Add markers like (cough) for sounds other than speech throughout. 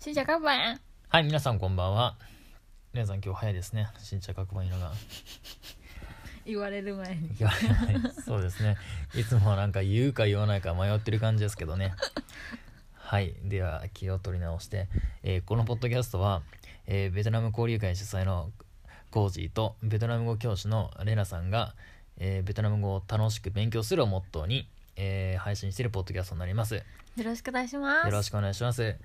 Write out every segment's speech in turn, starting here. xin chào các bạn はい、皆さんこんばんは。皆さん今日早いですね。新茶各番いなが。言われる前にいやはいそうですね。いつもはなんか言うか言わないか迷ってる感じですけどね。はい、では気を取り直して、えーこのポッドキャストは、えーベトナム交流会主催のコージーとベトナム語教師のレナさんが、えーベトナム語を楽しく勉強するをモットーに、えー配信しているポッドキャストになります。よろしくお願いしますよろしくお願いします。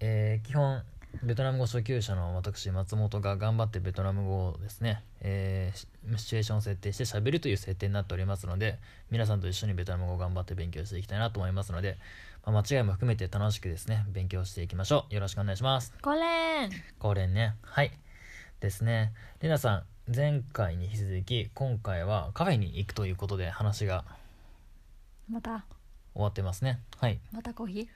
えー基本ベトナム語初級者の私松本が頑張ってベトナム語をですね、えーシシチュエーションを設定して喋るという設定になっておりますので皆さんと一緒にベトナム語を頑張って勉強していきたいなと思いますので、まあ間違いも含めて楽しくですね勉強していきましょうよろしくお願いしますこれんこれねはいですねレナさん前回に引き続き今回はカフェに行くということで話がまた終わってますねはいまたコーヒ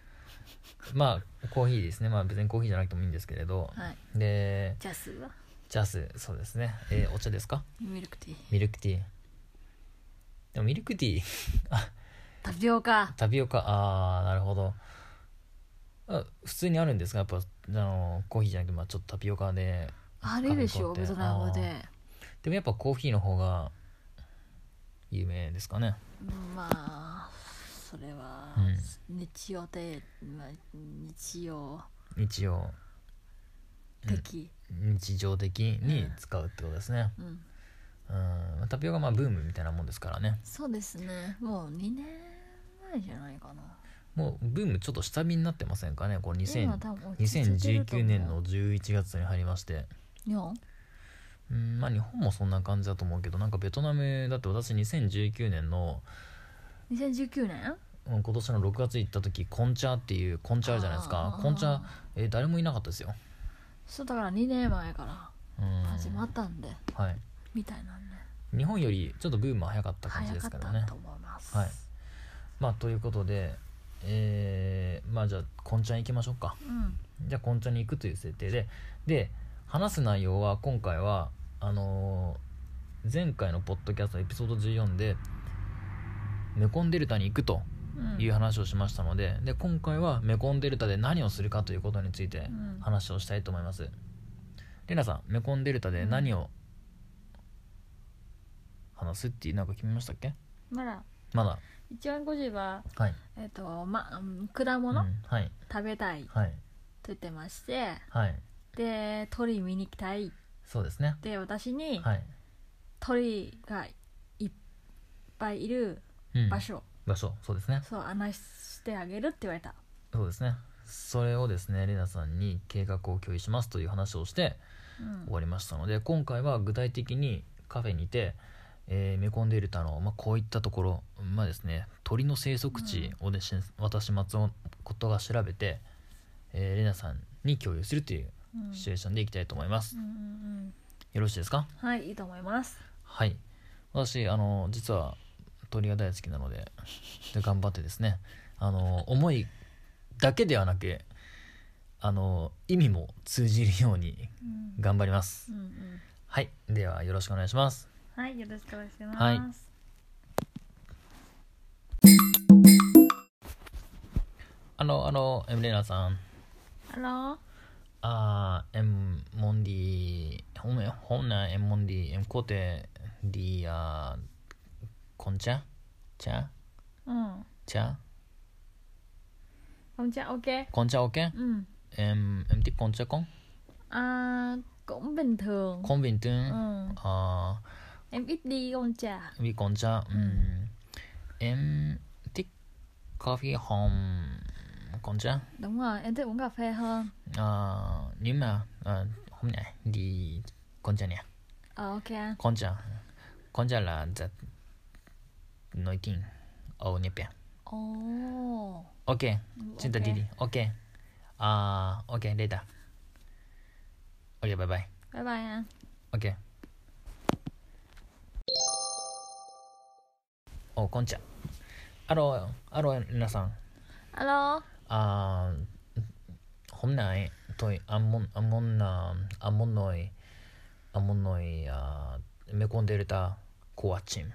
まあコーヒーですねまあ別にコーヒーじゃなくてもいいんですけれど、ーはいでじゃあすはジャスそうですね、えーお茶ですかミルクティーミルクティーでもミルクティータピオカタピオカあーなるほどあ普通にあるんですかやっぱあのコーヒーじゃなくて、まあ、ちょっとタピオカであれでしょ韓国ベってトナム語ででもやっぱコーヒーの方が有名ですかねまあそれはう日曜で、まあ、日曜日曜的、日常的に使うってことですねうんうんまあタピオカまあブームみたいなもんですからねそうですねもう2年前じゃないかなもうブームちょっと下火になってませんかねこう今2000多分落ち着いてると思う2019年の11月に入りまして日本うんまあ日本もそんな感じだと思うけどなんかベトナムだって私2019年の2019年うん今年の6月行った時コンチャーっていうコンチャーじゃないですかあーコンチャー、えー誰もいなかったですよ、そうだから2年前からうん始まったんで、はい、みたいなんで日本よりちょっとブームは早かった感じ早でかすっけどたねと思います、はいまあということでえーまあじゃあコンチャー行きましょうかうんじゃあコンチャーに行くという設定でで話す内容は今回はあのー前回のポッドキャストエピソード14でメコンデルタに行くとうんいう話をしましたのでで今回はメコンデルタで何をするかということについてうん話をしたいと思います、レナさんメコンデルタで何を話すっていうなんか決めましたっけまだまだ一番5時は、はい、えっとま、うん果う物、ん、はい食べたいとはい言ってましてはいで鳥見に行きたいっそうですねて私に、はい、鳥がいっぱいいるうん、場所、場所そうですねそう案内してあげるって言われたそうですねそれをですねレナさんに計画を共有しますという話をしてうん終わりましたので今回は具体的にカフェにて、えーメコンデルタの、まあ、こういったところ、まあですね、鳥の生息地をですね私松尾ことが調べて、えー、レナさんに共有するといううんシチュエーションでいきたいと思います、うんうんよろしいですかうんはいいいと思いますはい私あの実は鳥が大好きなのでで頑張ってですねあの思いだけではなくあの意味も通じるようにうん頑張りますうんうんはいではよろしくお願いしますはいよろしくお願いします、はいあのあのエムレナさんハローあーエムモンディほんめほんなエムモンディエムコテディアコンチャチャうんチャこんにちは OK コンチャオケ ừ em em thích con chó con à, cũng bình thường con bình thường ừ. Ờ, em ít đi con trà vì con chó ừm, mm. em thích coffee home con chó đúng rồi em thích uống cà phê hơn Ờ, nếu mà ờ, hôm nay đi con chó nè ờ ok anh con chó con chó là rất nổi tiếng ở Nhật Bản ồ ok chúng ta ok. đi đi ok Ờ, ok đây ta ok bye bye bye bye anh OK おこんちゃアローアロー皆さん alo あーほんないといあんもんあんもんなあんもんのいあんもんのいあーメコンデルタコアチーム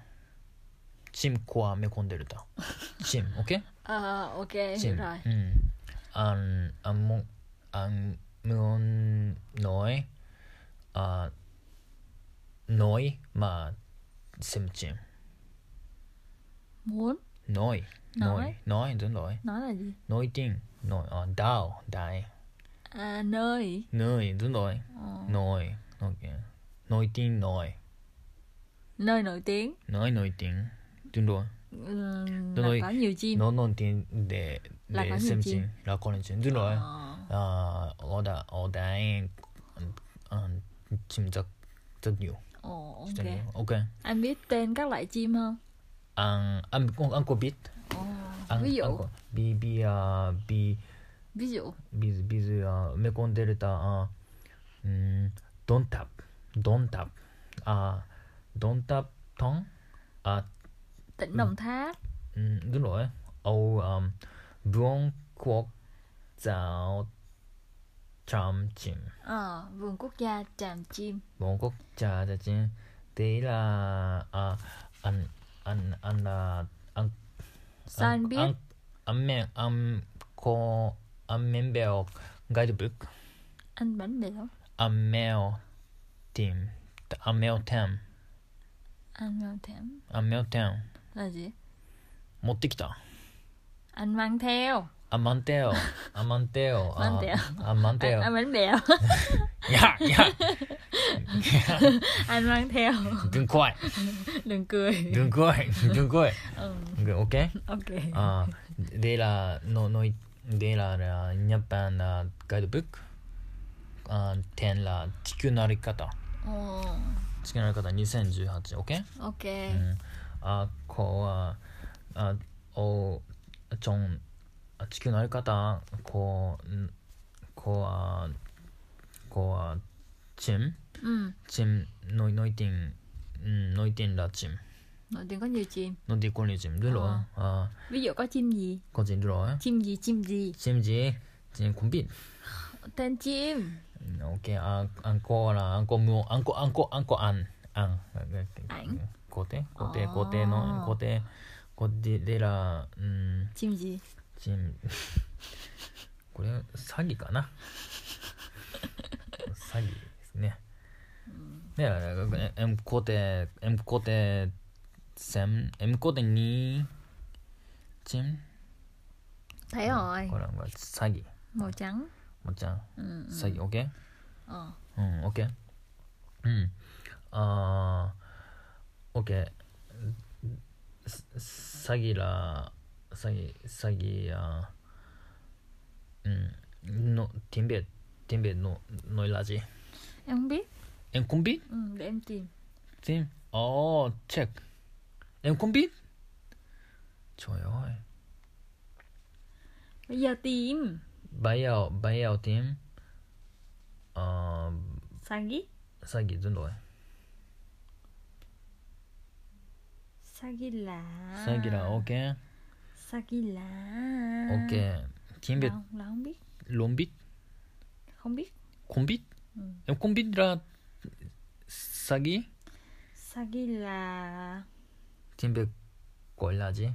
チームコアメコンデルタチーム OK? ờ ok チ hiểu ーム rồi うんあんあんもん ăn muốn nói à, nói mà xem chim muốn nói nói Nói. nói đúng rồi nói là gì nói tiếng nói à, đào đại à, nơi nơi đúng rồi Ờ, nói nói kìa. nói tiếng nói nơi nổi tiếng nói nói tiếng đúng rồi ừ, Đúng là rồi. có nhiều chim nói nói tiếng để Là để có nhiều xem chim. chim là có nhiều chim đúng rồi Ờ, 아, 어다 어다잉 짐작 젖요. ờ, ok 오케이. anh biết tên các loại chim không 안 안고 안고 빛. Ờ, 안 ví dụ 안고 비비야 비 ví dụ 비즈 비즈야 메콘데르타 아. 음, 돈탑. 돈탑. 아, 돈탑 통. 아, tỉnh đồng tháp 음, 눌러요. 어, 음, 부엉콕 자오 참침. ờ, vườn quốc gia tràm chim 몽국 자자진 데이라 아안안안라 san biết 안면 안코 안면베어 가이드북 anh bánh bèo 안메어 팀 안메어 템 anh mang thèm 안메어 템 là gì 못티키다 anh mang theo 안만테오 안만테오 만테오. anh, 안만테오 anh bánh bèo (laughs) 야야 anh mang theo (laughs) 눈코이 đừng cười 눈코이 눈코이 ừ, 오케이 ok 아, 데라 노 노이 데라라 일본의 가이드북 아, 텐라 지구나리카타. Ồ, 지구나리카타 2018. 오케이? ok 음. 아, 코아 아, 오, 좀 지구나리카타 코 코아 코아 짐. ừ. 짐 노이 노이팅 음, 노이팅라 짐. nổi tiếng có nhiều chim 노디 콜리 짐. 들어. 아, ví dụ có chim gì 거진 들어. chim gì chim gì 짐지. 짐 군빛. tên chim Ok, à, ăn cô là ăn cô mua, ăn cô ăn cô ăn cô ăn ăn. Ăn. Cô tế, cô tế, cô tế Ờ. nó, cô tế, cô tế đây là, um, chim gì チン (laughs) これ詐欺かな詐欺ですね。ねえ、M コテ、M コテ、セン、M コテに、チン、 thấy rồi これは詐欺、 màu trắng もっちゃん、 ừ. 詐欺、OK? ờ. うん、オッケー。うん。あー、オッケー。さ詐欺ら、詐欺、詐欺や、 음, うん、の、ティンベ、ティンベの、のいらじ。 em không biết えんコンビ ừ, để em tìm ティン、あー、チェック。えんコンビちょいおい。 bây giờ tìm バイアオ、バイアオティン、あ sagi ー、詐欺ずんどい。 sagi là 詐欺ら、オッケー。 sagi là オッケー。ティン là, ベ、 là không biết ロンビ không biết 콤빗? 음. 음. 콤빗이라 싸기? sagi là 팀백 꼴라지?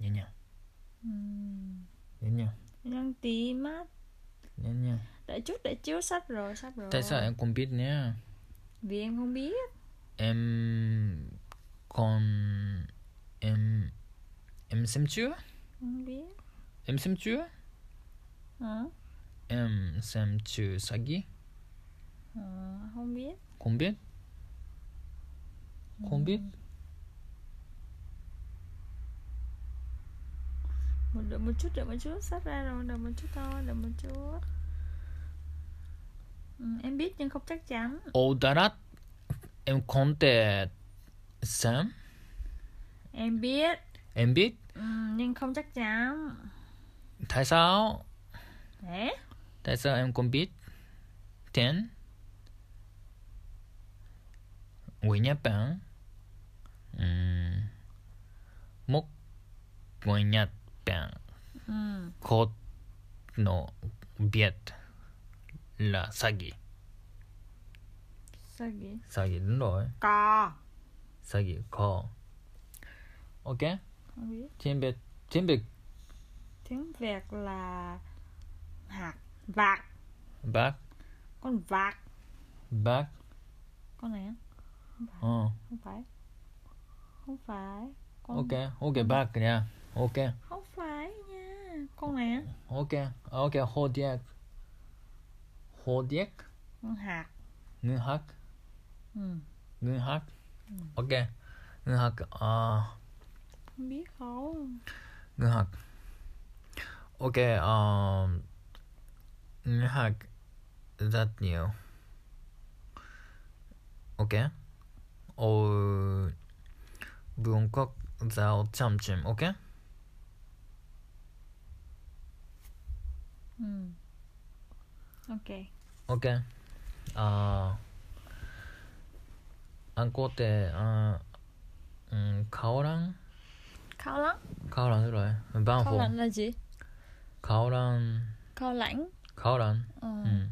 냐냐 Ừm, 냐냐 Ừ, đang tìm á 냐냐 đợi chút đợi chút sắp rồi sắp rồi tại sao em 콤빗 nhá vì em không biết em con em em xem chưa không biết em xem chưa hả em xem chưa 싸기 ờ, không biết 콤빗 콤빗 một đợi một chút đợi một chút sắp ra rồi đợi một chút thôi đợi một chút ừ, em biết nhưng không chắc chắn 오다랏 엠 콘테 쌤 em biết 엠빗 ừ, nhưng không chắc chắn 다이사오 thế 다이사오 엠 콘빗 텐 왜냐빵 음 목, 왜냐빵 ừ. 곧노 비엣 라 사기 Sagi. Sag i den då. Ka. Sag i ka. Okej. Không biết. Trên bệt. Trên bệt. Tiếng Việt là hạt vạc. Back. Con vạc. Back. oh, Con này á? Ờ. Không phải. Không phải. Con Ok. Ok back nha. Ok. Không phải nha. Con này á? Ok. Ok. Hodiek. Hodiek. Con hạt. Nu hack. Ừ. Nu hack. Ok. Nu hack. Ah. Không biết không? Nu hack. Ok. Um. Nu hack. That new. Ok. Och Bunkok Zao Chamchim. Ok. Ừ. Ok. Ok. Uh, anh có thể uh, um, khảo lăng Cao lắm. khảo lăng được rồi ban Cao hồ lạnh là gì? khảo lăng Cao lãnh. khảo lăng Ờ. um,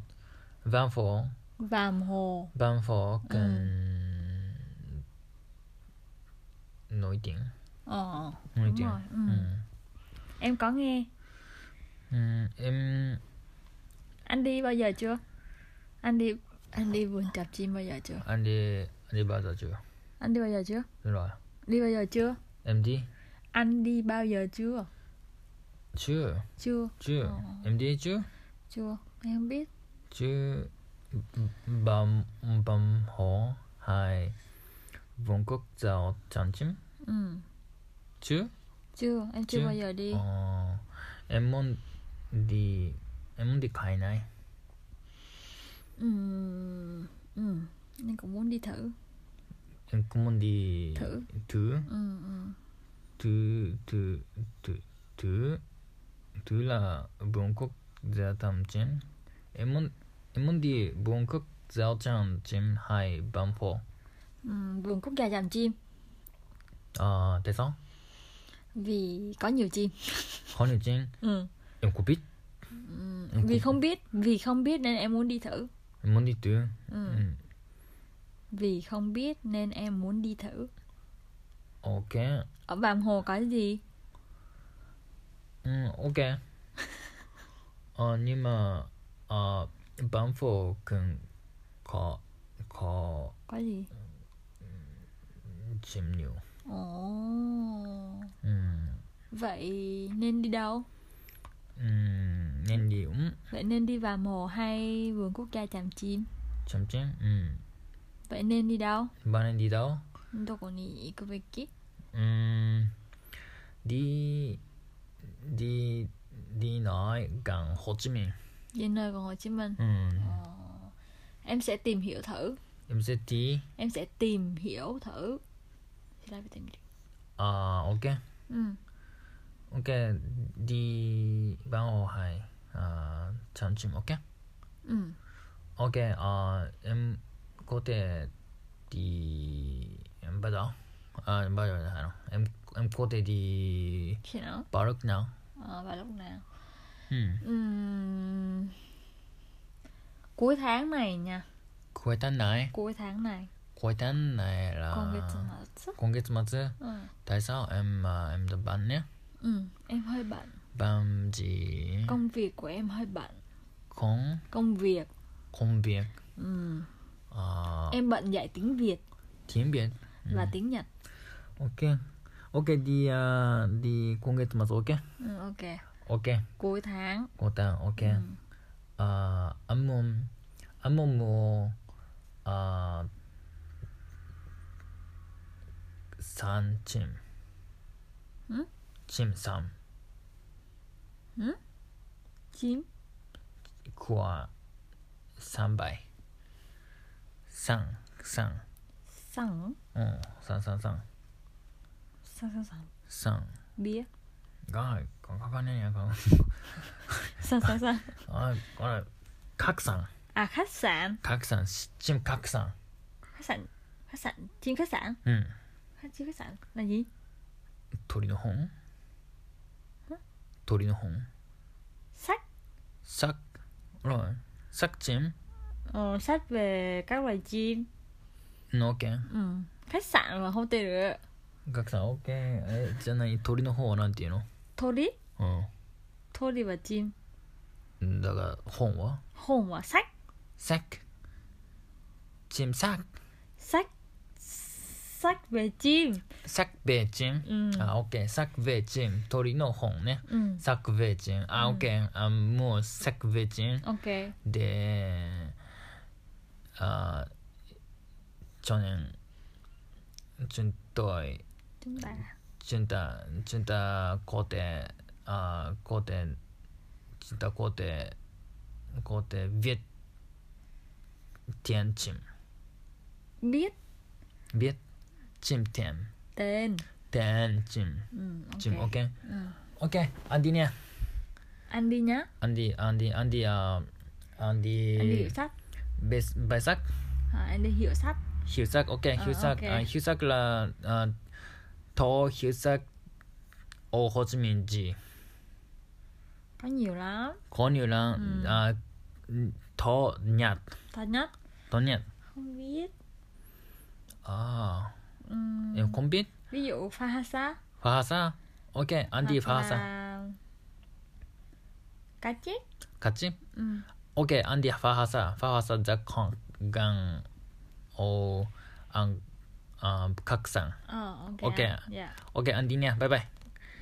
ban phổ Vàm hồ. ban phổ cần nổi tiếng Ờ. nổi Đúng tiếng rồi. Ừ. Ừ. Em có nghe. Ừ, em Anh đi bao giờ chưa? Anh đi anh đi vườn chạp chim bao giờ chưa? anh đi anh đi bao giờ chưa Anh đi bao giờ chưa? đúng rồi Đi bao giờ chưa? em đi Anh đi bao giờ chưa? chưa Chưa, chưa Ờ. em đi chưa chưa. Em không biết. chứ bầm bầm hổ hai vùng quốc giáo chẳng chim Ừ. chứ Chưa, em chưa, Chưa. bao giờ đi. ờ, em muốn đi em muốn đi khai này Ừ. Ừ. Em cũng muốn đi thử. em cũng muốn đi Thử. thứ Ừ ừ. thứ thứ thứ thứ thứ là vùng quốc giáo chẳng chim em muốn em muốn đi vùng quốc giáo chẳng chim hai bầm hổ Ừ, vườn quốc gia dàm chim ờ tại sao vì có nhiều chim. khó nhiều chim Ừ. em cũng biết Em Vì cũng- không biết, vì không biết nên em muốn đi thử. em muốn đi thứ Ừ. ừ. Vì không biết nên em muốn đi thử. Ok. Ở Vàm Hồ có gì? Ừ, ok. ờ, nhưng mà ờ, bạn phụ cần có có Có gì? chim nhiều. Ồ. Ừ. Vậy nên đi đâu? Ừ, nên đi uống Vậy nên đi vào mồ hay vườn quốc gia Tràm Chim? chăm chim. Ừ. Vậy nên đi đâu? Bạn nên đi đâu? Đâu có đi cái việc kia. Ừ. 음, Đi đi đi nói gần Hồ Chí Minh. Đi nơi của Hồ Chí Minh. Ờ, Ừ. Em sẽ tìm hiểu thử. Em sẽ đi. Em sẽ tìm hiểu thử. Thì lại phải tìm hiểu. À, ok. Ừ. Ok. Đi bạn hồ hai. À, chăm chim. Ok. Ừ. Ok, 啊嗯 ờ, em có thể đi em bắt đầu à, em bắt đầu là nào em em có thể đi Khi nào? bảo lúc nào Ờ, vào lúc nào? ừ. 嗯 Ừm. Cuối tháng này nha. cuối tháng này Cuối tháng này. cuối tháng này là Con biết gì mà rất- Con biết mà chứ. Ừ. tại sao em mà em đã bán nhé Ừ. Em hơi bận. bán gì Công việc của em hơi bận. con Công việc. công việc Ừ. à, Em bận dạy tiếng Việt tiếng Việt và tiếng Nhật. ok ok đi à, đi con biết mà ok Ừ, ok. ok Cuối tháng. cô ta ok à, âm mồm âm mồm mùa à, san chim Ừ? chim san Chín. của san bài san san Sẵn. ừ, san san san Sẵn sẵn sẵn. san (laughs) Bia. rồi còn có bao nhiêu nhà con Sẵn sẵn sẵn. rồi còn là các san À khách sạn. các san chim các san Khách sạn. Khách sạn. Chín khách sạn. ừ. Khách chín khách sạn là gì? 鳥の本鳥の本 Sách. サッ、ロイ、サッチン、 Ờ, sách về các loài chim. 農研うんカシさんはホテルガクさんオーケーえじゃあ何鳥の方はなんていうの鳥う鳥はジンんだから本は本はサッサックチンサックサッサッベジンサックベーチン、うんあオッケーサックベーチン鳥の本ねうんサックベーチンあ、うんオッケーあもうサックベーチンオッケであ去年ちゅんといーだチュンタチュンタ皇帝あ皇帝チュンタ皇帝皇帝ビエティンチン biết ビエチンテン tên テンチンうんチンオッ OK ケーうんオッケーアンディね anh đi nhá アンディアンディアンディあアンデ anh đi hiểu ィ sách ベスバイサック à, anh đi hiểu sách Hiểu sắc, ok, hiểu Ờ, sắc. ok. À, hiểu sắc là à, Thổ hiểu sắc ở Hồ Chí Minh gì? có nhiều lắm Có nhiều là à, Thổ Nhật, thật nhất Thổ Nhật. không biết À, Ừm, em không biết. ví dụ Fahasa Phasa, ok, anh đi hoặc Phasa. là cá chép Cắt chứ? Ừm, Ok, anh đi Phasa. Phasa đã con gần ở anh à, các sản. ờ, ok Ok ạ. dạ Ok, anh đi nha. Bye bye.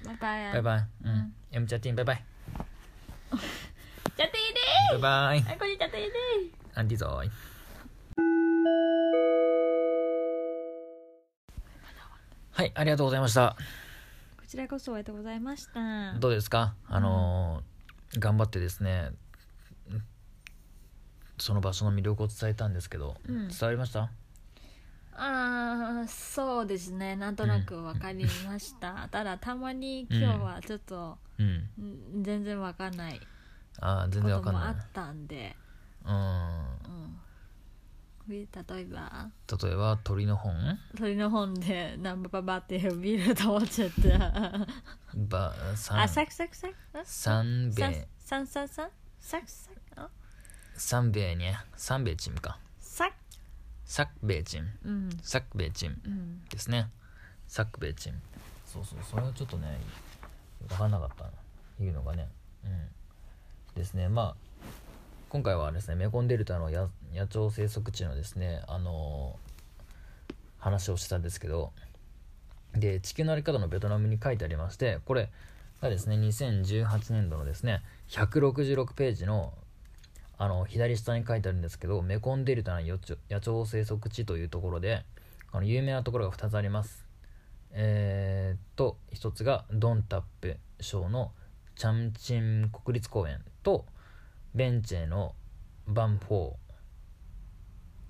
bye bye anh. Bye bye. Ừ. Em chào tin. Bye bye. trả tiền đi Bye bye. anh có đi trả tiền đi Anh đi rồi.はい、ありがとうございました。こちらこそありがとうございました。どうですかあのー頑張ってですね、その場所の魅力を伝えたんですけど、うん伝わりましたああ、そうですね。なんとなくわかりました。ただ、たまに今日はちょっと、うん。ん全然わかんないああ、全こ然わとかんもあなったんで、い。うん。例えば、うん。例えば、鳥の本鳥の本で、ナンバババって見ると思っちゃった。ば、さあ、ん、サクサクサクあさんべサい、サンサンサンサクサクあさんべいに、さんべいチームか。サクさくべいチーム。うん。さくべいチーム。うん。ですねサックベチンそうそうそれはちょっとね分かんなかったないうのがねうんですねまあ今回はですねメコンデルタの野野鳥生息地のですねあのー話をしたんですけどで地球のあり方のベトナムに書いてありましてこれがですね2018年度のですね166ページのあの左下に書いてあるんですけどメコンデルタの野鳥野鳥生息地というところであの有名なところが2つありますえーっと1つがドンタップ省のチャンチン国立公園とベンチェのバンフォー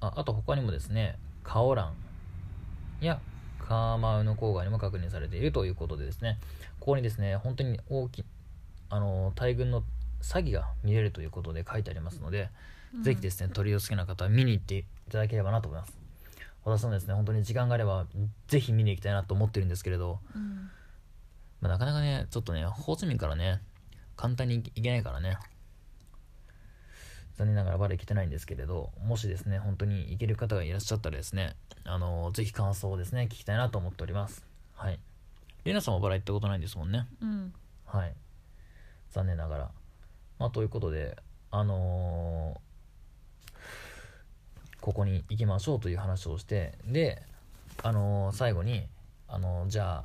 ああと他にもですねカオランやカーマウの郊外にも確認されているということでですねここにですね本当に大きいあの大群の詐欺が見れるということで書いてありますので、ぜひですね鳥を好きな方は見に行っていただければなと思います私もですね本当に時間があればぜひ見に行きたいなと思ってるんですけれど、うん。まあ、なかなかねちょっとねホーチミンからね簡単に行けないからね残念ながらまだ行けてないんですけれどもしですね本当に行ける方がいらっしゃったらですねあのぜひ感想をですね聞きたいなと思っておりますはいレナさんもバラ行ったことないんですもんねうん。はい。残念ながら。まあ、ということで、あのーここに行きましょうという話をして、で、あのー最後に、あのーじゃあ、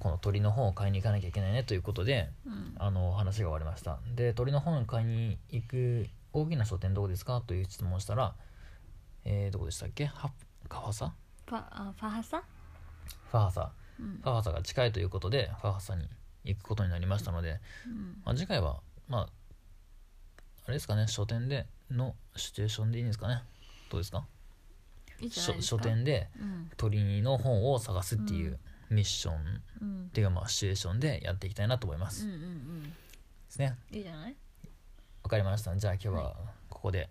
この鳥の本を買いに行かなきゃいけないねということで、うん。あのー話が終わりました。で、鳥の本を買いに行く大きな書店どこですかという質問をしたら、えー、どこでしたっけは川さファ、あファハサファハサ。うんフ。ァハサが近いということで、ファハサに行くことになりましたので、うん。まあ、次回はまああれですかね書店でのシチュエーションでいいんですかねどうですかいいじゃないですか書書店でうん。鳥の本を探すっていうミッション、っうん。ていうかまあシチュエーションでやっていきたいなと思いまうす、んうんうん。ですねいいじゃないわかりましたじゃあ今日はここで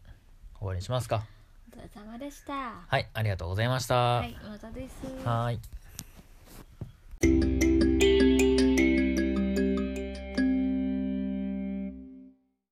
終わりにしますかお疲れ様でした。はいありがとうございましたはい、またです。はーい